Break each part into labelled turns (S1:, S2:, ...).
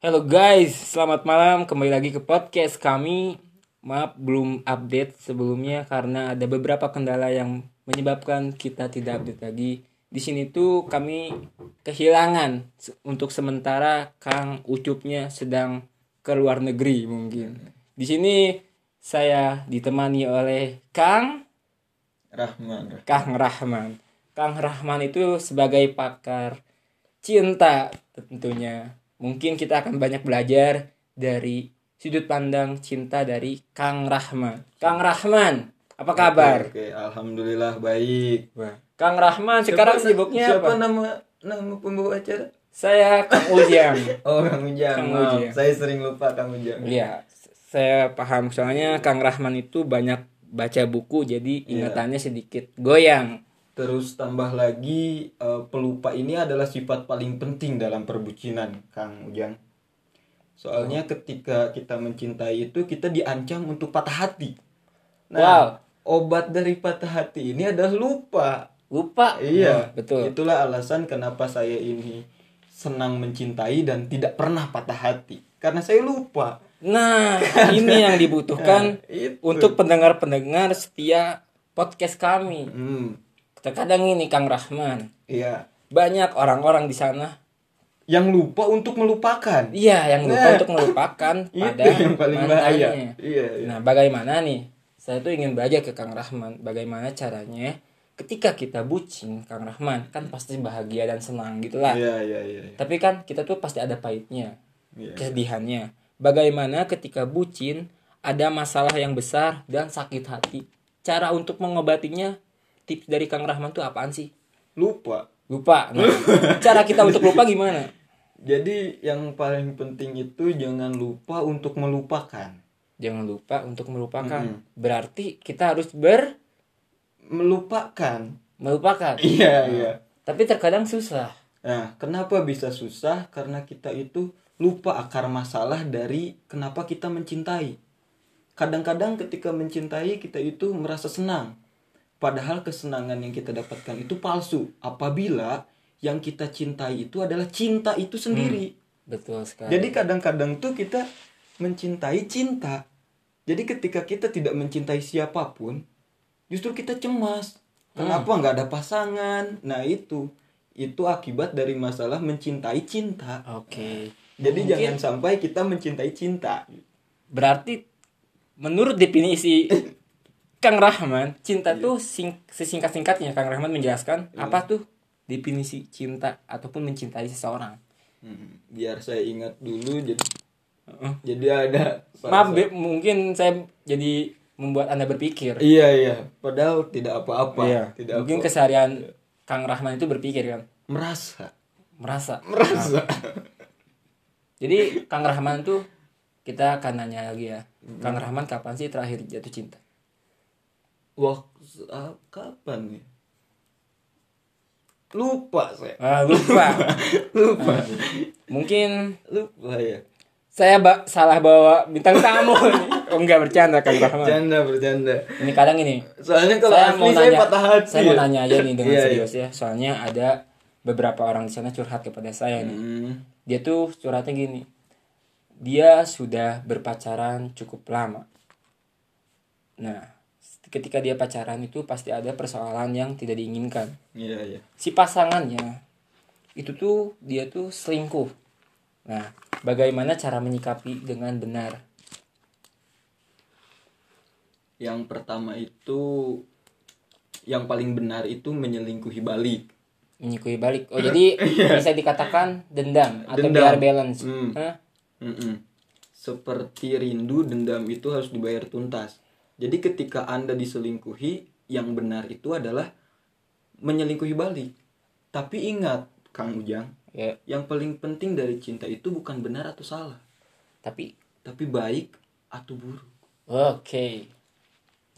S1: Halo guys, selamat malam. Kembali lagi ke podcast kami. Maaf belum update sebelumnya karena ada beberapa kendala yang menyebabkan kita tidak update lagi. Di sini tuh kami kehilangan se- untuk sementara Kang Ucupnya sedang ke luar negeri mungkin. Di sini saya ditemani oleh Kang
S2: Rahman.
S1: Kang Rahman. Kang Rahman itu sebagai pakar cinta tentunya. Mungkin kita akan banyak belajar dari sudut pandang cinta dari Kang Rahman. Kang Rahman, apa kabar?
S2: Oke, oke, alhamdulillah baik.
S1: Wah, Kang Rahman sekarang
S2: Siapa-
S1: sibuknya
S2: siapa
S1: apa?
S2: nama nama pembawa acara?
S1: Saya Kang Ujang.
S2: Oh, Kang Ujang.
S1: Kang
S2: Maaf,
S1: Ujang.
S2: Saya sering lupa Kang Ujang.
S1: Iya, s- saya paham soalnya Kang Rahman itu banyak baca buku
S2: Iya.
S1: jadi ingatannya sedikit goyang.
S2: Terus tambah lagi eh, pelupa ini adalah sifat paling penting dalam perbucinan, Kang Ujang.
S1: Oh.
S2: Soalnya ketika kita mencintai itu kita diancam untuk patah hati. Nah, obat dari patah hati ini adalah lupa.
S1: Lupa. Wah,
S2: Iya,
S1: betul.
S2: Itulah alasan kenapa saya ini senang mencintai dan tidak pernah patah hati. Karena saya lupa.
S1: Nah, ini yang dibutuhkan
S2: Nah, itu.
S1: untuk pendengar-pendengar setia podcast kami.
S2: Hmm,
S1: Terkadang ini Kang Rahman,
S2: iya.
S1: banyak orang-orang di sana
S2: Yang lupa untuk melupakan.
S1: iya yang lupa
S2: Nah.
S1: untuk melupakan pada
S2: Itu yang paling bahaya.
S1: mantannya.
S2: Iya, iya.
S1: Nah, bagaimana nih? Saya tuh ingin belajar ke Kang Rahman bagaimana caranya ketika kita bucin Kang Rahman kan pasti bahagia dan senang gitu lah.
S2: Iya, iya, iya. iya.
S1: Tapi kan kita tuh pasti ada pahitnya.
S2: Iya.
S1: kesedihannya. Bagaimana ketika bucin ada masalah yang besar dan sakit hati. Cara untuk mengobatinya tips dari Kang Rahman tuh apaan sih?
S2: Lupa.
S1: Lupa. Nah, cara kita untuk lupa gimana?
S2: Jadi yang paling penting itu jangan lupa untuk melupakan.
S1: Jangan lupa untuk melupakan.
S2: Mm-mm.
S1: Berarti kita harus ber
S2: Melupakan.
S1: melupakan.
S2: Iya, iya.
S1: Tapi terkadang susah.
S2: Nah, kenapa bisa susah? Karena kita itu lupa akar masalah dari kenapa kita mencintai. Kadang-kadang ketika mencintai kita itu merasa senang. Padahal kesenangan yang kita dapatkan itu palsu apabila yang kita cintai itu adalah cinta itu sendiri.
S1: Betul sekali.
S2: Jadi kadang-kadang tuh kita mencintai cinta. Jadi ketika kita tidak mencintai siapapun, justru kita cemas.
S1: Hmm.
S2: Kenapa nggak ada pasangan? Nah itu, itu akibat dari masalah mencintai cinta.
S1: Oke.
S2: Jadi
S1: Mungkin-
S2: jangan sampai kita mencintai cinta.
S1: Berarti menurut definisi Kang Rahman, cinta
S2: Iya.
S1: tuh sing- sesingkat-singkatnya Kang Rahman menjelaskan apa tuh definisi cinta ataupun mencintai seseorang.
S2: Hmm, Biar saya ingat dulu. Jadi,
S1: Heeh.
S2: jadi ada.
S1: Maaf, Beb, mungkin saya jadi membuat Anda berpikir.
S2: Iya iya. Padahal tidak apa-apa. Iya.
S1: Iya.
S2: Tidak
S1: Mungkin
S2: apa.
S1: keseharian Kang Rahman itu berpikir kan,
S2: Merasa.
S1: merasa.
S2: Merasa.
S1: Jadi Kang Rahman tuh kita akan nanya lagi ya. Kang Rahman kapan sih terakhir jatuh cinta?
S2: Waktu ah, kapan ya? Lupa saya.
S1: Ah, lupa.
S2: lupa
S1: mungkin
S2: lupa ya
S1: saya ba- salah bawa bintang tamu nih. oh, enggak bercanda Kang Rahman
S2: bercanda bercanda
S1: ini kadang ini
S2: soalnya kalau
S1: saya
S2: asli
S1: mau
S2: saya
S1: nanya
S2: patah hati
S1: saya mau nanya aja nih dengan
S2: Iya,
S1: serius ya soalnya ada beberapa orang di sana curhat kepada saya
S2: iya.
S1: nih
S2: Hmm,
S1: dia tuh curhatnya gini dia sudah berpacaran cukup lama nah ketika dia pacaran itu pasti ada persoalan yang tidak diinginkan
S2: iya iya
S1: si pasangannya itu tuh dia tuh selingkuh. Nah, bagaimana cara menyikapi dengan benar?
S2: yang pertama itu yang paling benar itu menyelingkuhi balik
S1: Menyikui balik. Oh, jadi bisa dikatakan dendam atau
S2: Iya. Dendam.
S1: biar balance.
S2: Hmm.
S1: Hah?
S2: Mm-mm. seperti rindu dendam itu harus dibayar tuntas jadi ketika anda diselingkuhi yang benar itu adalah menyelingkuhi balik tapi ingat kang ujang
S1: Ya,
S2: yang paling penting dari cinta itu bukan benar atau salah
S1: tapi
S2: tapi baik atau buruk.
S1: oke.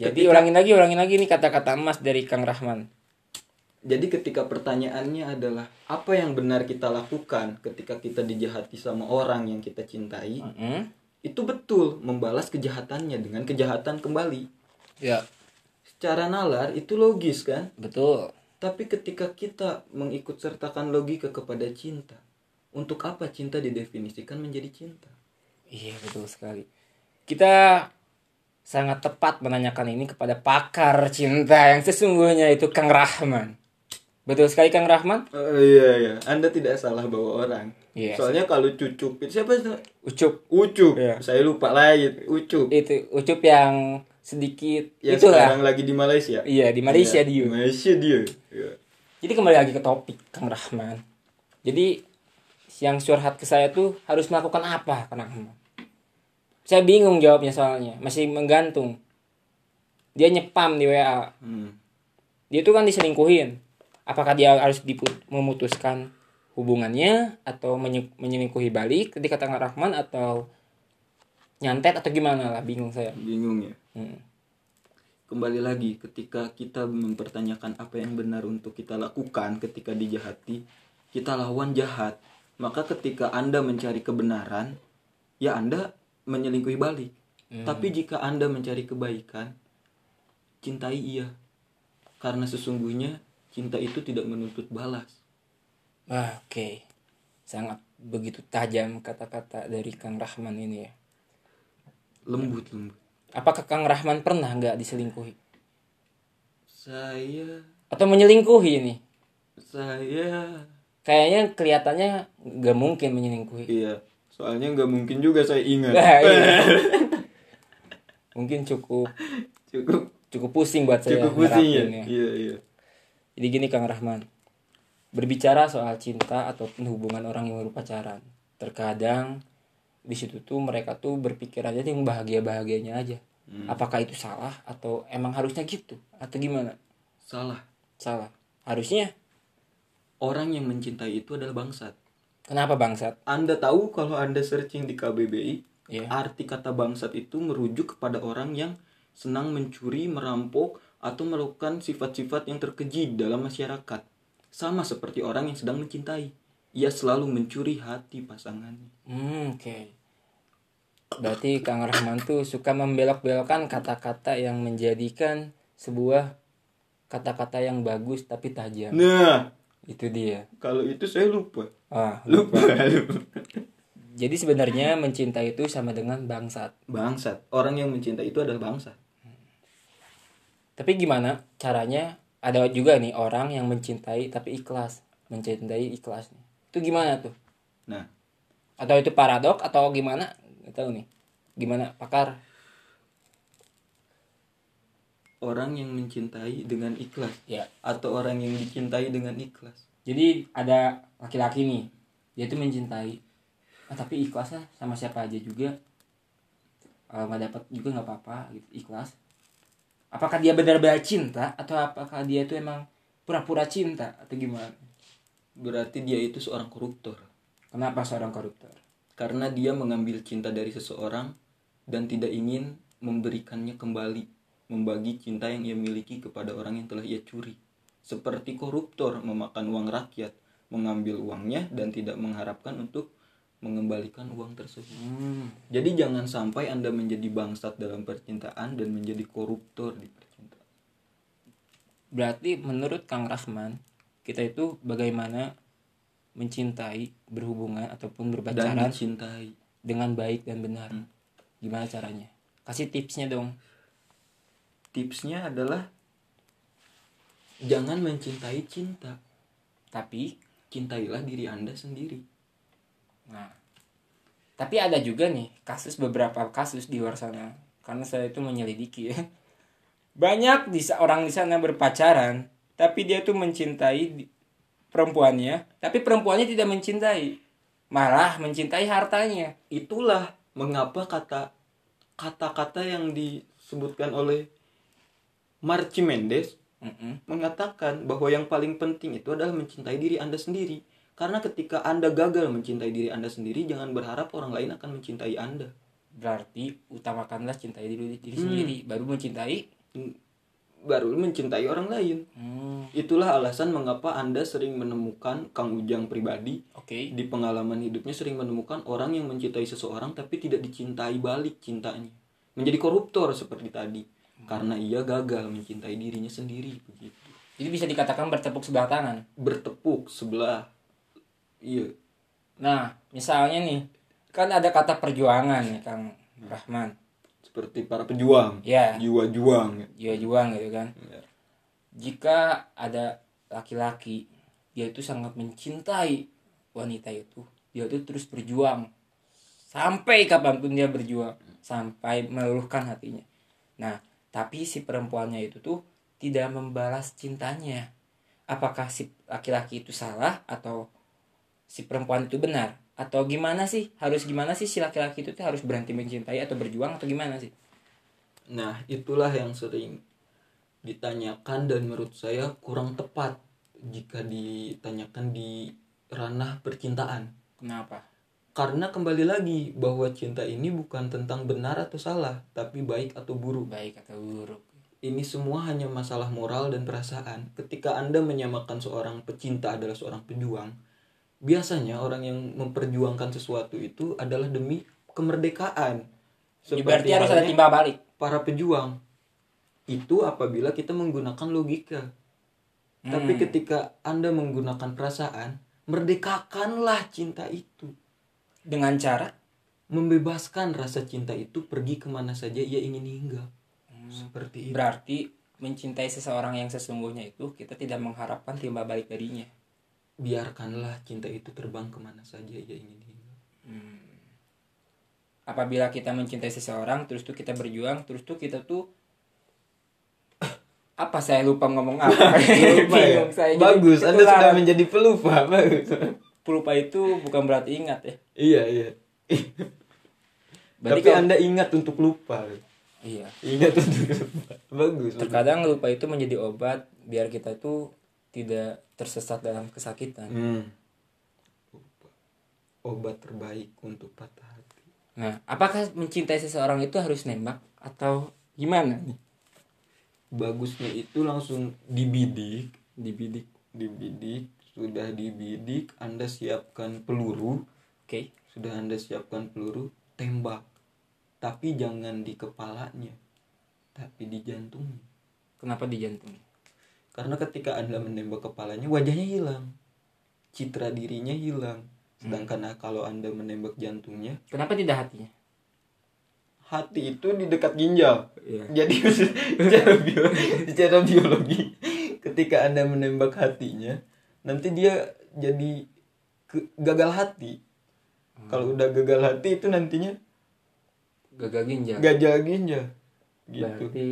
S1: Jadi ulangin lagi, ulangin lagi nih kata-kata emas dari Kang Rahman.
S2: Jadi ketika pertanyaannya adalah apa yang benar kita lakukan ketika kita dijahati sama orang yang kita cintai,
S1: Hmm?
S2: itu betul membalas kejahatannya dengan kejahatan kembali.
S1: Ya,
S2: Secara nalar itu logis kan?
S1: betul.
S2: Tapi ketika kita mengikut sertakan logika kepada cinta, Untuk apa cinta didefinisikan menjadi cinta?
S1: Iya betul sekali. Kita sangat tepat menanyakan ini kepada pakar cinta yang sesungguhnya itu Kang Rahman. Betul sekali Kang Rahman?
S2: Oh, iya iya, Anda tidak salah bawa orang.
S1: Yes.
S2: Soalnya kalau cucupin siapa itu?
S1: Ucup
S2: Ucup.
S1: Iya.
S2: Saya lupa lain. Ucup.
S1: itu Ucup yang sedikit
S2: Yang
S1: itulah.
S2: Ya, sekarang lagi di Malaysia.
S1: Iya di Malaysia
S2: Iya,
S1: dia.
S2: di Malaysia dia. Iya.
S1: Jadi kembali lagi ke topik Kang Rahman. Jadi yang curhat ke saya tuh harus melakukan apa Kang Rahman? Saya bingung jawabnya soalnya, masih menggantung. Dia nyepam di WA.
S2: Hmm.
S1: Dia tuh kan diselingkuhin. Apakah dia harus dipu- memutuskan hubungannya atau menye- menyelingkuhi balik ketika Kang Rahman atau nyantet atau gimana lah bingung saya.
S2: Bingung ya.
S1: Hmm.
S2: Kembali lagi ketika kita mempertanyakan apa yang benar untuk kita lakukan ketika dijahati, kita lawan jahat. Maka ketika Anda mencari kebenaran, ya Anda menyelingkuhi balik.
S1: Hmm.
S2: Tapi jika Anda mencari kebaikan, cintai ia. Karena sesungguhnya cinta itu tidak menuntut balas.
S1: Ah, Oke, sangat begitu tajam kata-kata dari Kang Rahman ini ya.
S2: Lembut,
S1: Hmm.
S2: lembut.
S1: Apakah Kang Rahman pernah nggak diselingkuhi
S2: Saya
S1: atau menyelingkuhi ini?
S2: saya
S1: Kayaknya kelihatannya nggak mungkin menyelingkuhi.
S2: iya soalnya nggak mungkin juga saya ingat
S1: Nah, iya. mungkin cukup
S2: cukup
S1: cukup pusing buat saya.
S2: cukup pusing ya
S1: nerapinnya.
S2: iya iya
S1: Jadi gini Kang Rahman, berbicara soal cinta ataupun hubungan orang yang baru pacaran, terkadang di situ tuh mereka tuh berpikir aja yang bahagia bahagianya aja.
S2: Hmm.
S1: Apakah itu salah atau emang harusnya gitu atau gimana?
S2: salah
S1: Salah. Harusnya
S2: orang yang mencintai itu adalah bangsat
S1: kenapa bangsat?
S2: anda tahu kalau anda searching di KBBI
S1: Iya.
S2: arti kata bangsat itu merujuk kepada orang yang senang mencuri merampok atau melakukan sifat-sifat yang terkeji dalam masyarakat sama seperti orang yang sedang mencintai ia selalu mencuri hati pasangannya
S1: Hmm, oke. Berarti Kang Rahman tuh suka membelok-belokkan kata-kata yang menjadikan sebuah kata-kata yang bagus tapi tajam.
S2: nah
S1: Itu dia.
S2: kalau itu saya lupa
S1: Ah,
S2: lupa, lupa.
S1: jadi sebenarnya mencintai itu sama dengan bangsat.
S2: bangsat orang yang mencintai itu adalah bangsat
S1: Tapi gimana caranya? Ada juga nih orang yang mencintai tapi ikhlas, mencintai ikhlas nih. Itu gimana tuh?
S2: nah
S1: Atau itu paradok atau gimana? Nggak tahu nih. Gimana pakar?
S2: orang yang mencintai dengan ikhlas
S1: Ya,
S2: atau orang yang dicintai dengan ikhlas
S1: Jadi ada laki-laki nih, dia tuh mencintai, ah, tapi ikhlasnya sama siapa aja juga Eh, nggak dapat juga nggak apa-apa gitu ikhlas. Apakah dia benar-benar cinta atau apakah dia itu emang pura-pura cinta atau gimana?
S2: berarti dia itu seorang koruptor
S1: Kenapa seorang koruptor?
S2: karena dia mengambil cinta dari seseorang dan tidak ingin memberikannya kembali membagi cinta yang ia miliki kepada orang yang telah ia curi seperti koruptor memakan uang rakyat mengambil uangnya dan tidak mengharapkan untuk mengembalikan uang tersebut
S1: Hmm,
S2: Jadi jangan sampai Anda menjadi bangsat dalam percintaan dan menjadi koruptor di percintaan.
S1: berarti menurut Kang Rahman kita itu bagaimana mencintai, berhubungan ataupun
S2: Dan
S1: berpacaran
S2: dicintai.
S1: dengan baik dan benar. Gimana caranya? Kasih tipsnya dong.
S2: Tipsnya adalah jangan mencintai cinta.
S1: Tapi
S2: Cintailah diri Anda sendiri.
S1: Nah, tapi ada juga nih kasus beberapa kasus di luar sana karena saya itu menyelidiki ya. Banyak di sa- orang di sana berpacaran, tapi dia tuh mencintai di- perempuannya, tapi perempuannya tidak mencintai. Malah mencintai hartanya.
S2: Itulah mengapa kata kata-kata yang disebutkan oleh Marci Mendes
S1: Mm-mm.
S2: mengatakan bahwa yang paling penting itu adalah mencintai diri Anda sendiri. Karena ketika Anda gagal mencintai diri Anda sendiri, jangan berharap orang lain akan mencintai Anda.
S1: Berarti utamakanlah cintai diri, diri sendiri, baru mencintai.
S2: baru mencintai orang lain.
S1: Hmm,
S2: Itulah alasan mengapa Anda sering menemukan Kang Ujang pribadi
S1: Oke.
S2: di pengalaman hidupnya sering menemukan orang yang mencintai seseorang tapi tidak dicintai balik cintanya. Menjadi koruptor seperti tadi karena ia gagal mencintai dirinya sendiri begitu.
S1: Jadi bisa dikatakan bertepuk sebelah tangan.
S2: Bertepuk sebelah. Iya.
S1: Nah, misalnya nih, kan ada kata perjuangan nih Kang Rahman.
S2: Seperti para pejuang,
S1: Ya,
S2: jiwa juang.
S1: dia juang gitu kan.
S2: Ya.
S1: Jika ada laki-laki, dia itu sangat mencintai wanita itu, dia itu terus berjuang. Sampai kapanpun dia berjuang, sampai meluluhkan hatinya. Nah, tapi si perempuannya itu tuh tidak membalas cintanya. Apakah si laki-laki itu salah atau si perempuan itu benar? Atau gimana sih? Harus gimana sih si laki-laki itu tuh harus berhenti mencintai atau berjuang atau gimana sih?
S2: Nah, itulah yang sering ditanyakan dan menurut saya kurang tepat jika ditanyakan di ranah percintaan.
S1: Kenapa?
S2: Karena kembali lagi bahwa cinta ini bukan tentang benar atau salah, tapi baik atau buruk.
S1: Baik atau buruk?
S2: Ini semua hanya masalah moral dan perasaan. Ketika Anda menyamakan seorang pecinta adalah seorang pejuang, biasanya orang yang memperjuangkan sesuatu itu adalah demi kemerdekaan.
S1: Ya, berarti harus ada
S2: halnya-
S1: timbal balik.
S2: para pejuang itu apabila kita menggunakan logika. Tapi
S1: Hmm.
S2: ketika Anda menggunakan perasaan, merdekakanlah cinta itu.
S1: dengan cara
S2: Membebaskan rasa cinta itu pergi kemana saja ia ingin hingga.
S1: Hmm.
S2: Seperti itu.
S1: berarti mencintai seseorang yang sesungguhnya itu kita tidak mengharapkan timbal balik darinya.
S2: Biarkanlah cinta itu terbang kemana saja ia ingin hingga.
S1: Apabila kita mencintai seseorang terus tuh kita berjuang terus tuh kita tuh apa saya lupa ngomong apa.
S2: Lupa ya?
S1: Bingung saya. Jadi
S2: Bagus, Anda
S1: ketularan.
S2: sudah menjadi pelupa. Bagus.
S1: pelupa itu bukan berarti ingat ya.
S2: iya, iya.
S1: Berarti
S2: Tapi
S1: kalau-
S2: Anda ingat untuk lupa.
S1: Iya.
S2: Ingat untuk lupa. Bagus. bagus.
S1: Terkadang lupa itu menjadi obat biar kita tuh tidak tersesat dalam kesakitan.
S2: Hmm. Obat terbaik untuk patah hati.
S1: Nah, apakah mencintai seseorang itu harus nembak atau gimana nih?
S2: Bagusnya itu langsung dibidik,
S1: Dibidik.
S2: dibidik, sudah dibidik, Anda siapkan peluru,
S1: Oke.
S2: sudah Anda siapkan peluru, tembak. Tapi jangan di kepalanya, tapi di jantungnya.
S1: Kenapa di jantung?
S2: Karena ketika Anda menembak kepalanya, wajahnya hilang. Citra dirinya hilang. Sedangkan kalau Anda menembak jantungnya,
S1: Kenapa tidak hatinya?
S2: hati itu di dekat ginjal.
S1: Iya.
S2: Jadi secara, bio- secara biologi ketika Anda menembak hatinya, nanti dia jadi ke- gagal hati. Kalau udah gagal hati itu nantinya
S1: Gagal
S2: Ya.
S1: ginjal.
S2: gagal ginjal. Gitu.
S1: Berarti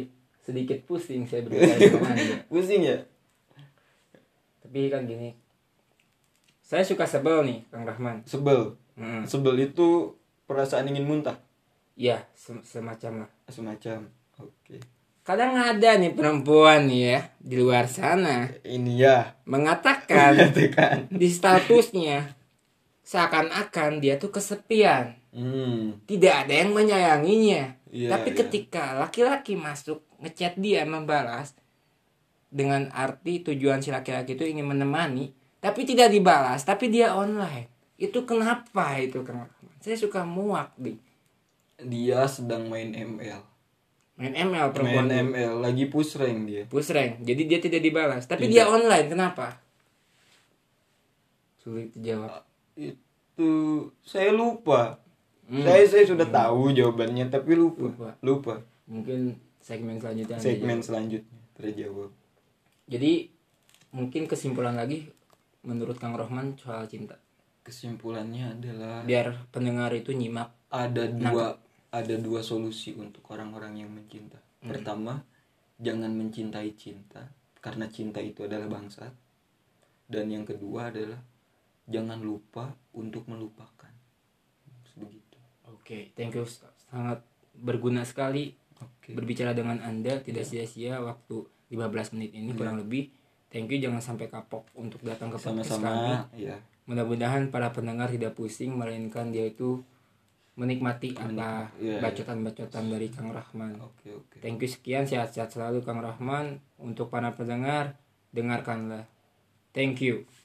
S1: sedikit pusing saya berbicara dengan Anda.
S2: Pusing ya?
S1: Tapi kan gini. Saya suka sebel nih, Kang Rahman.
S2: Sebel.
S1: Hmm.
S2: Sebel itu perasaan ingin muntah
S1: Ya, sem- semacam lah.
S2: semacam. Oke.
S1: Kadang ada nih perempuan nih ya di luar sana
S2: Ini ya. Gitu kan?
S1: mengatakan
S2: Tekan.
S1: di statusnya seakan-akan dia tuh kesepian.
S2: Hmm.
S1: tidak ada yang menyayanginya.
S2: Iya,
S1: Tapi
S2: iya.
S1: ketika laki-laki masuk ngechat dia membalas dengan arti tujuan si laki-laki itu ingin menemani, tapi tidak dibalas, tapi dia online. Itu kenapa itu Kang Rahman? Saya suka muak di
S2: Dia sedang main ML.
S1: main ML perempuan
S2: Main ML lagi push rank dia.
S1: pusreng. Jadi dia tidak dibalas, tapi
S2: Tidak.
S1: dia online. Kenapa? Sulit dijawab.
S2: itu saya lupa
S1: Hmm.
S2: saya saya sudah tahu jawabannya tapi lupa Iya.
S1: Lupa.
S2: lupa,
S1: Mungkin segmen selanjutnya Anda
S2: segmen selanjutnya terjawab
S1: Jadi mungkin kesimpulan lagi menurut Kang Rohman soal cinta.
S2: kesimpulannya adalah
S1: Biar pendengar itu nyimak.
S2: ada dua ada dua solusi untuk orang-orang yang mencinta pertama jangan mencintai cinta karena cinta itu adalah bangsat dan yang kedua adalah jangan lupa untuk melupakan begitu
S1: Oke, thank you sangat berguna sekali
S2: oke
S1: berbicara dengan Anda tidak
S2: Iya.
S1: sia-sia waktu 15 menit ini kurang lebih. Thank you jangan sampai kapok untuk datang ke podcast kami.
S2: sama-sama ya
S1: Mudah-mudahan para pendengar tidak pusing melainkan dia itu menikmati apa
S2: Iya, iya.
S1: bacotan-bacotan dari Kang Rahman.
S2: oke oke
S1: Thank you sekian sehat-sehat selalu Kang Rahman untuk para pendengar dengarkanlah. Thank you.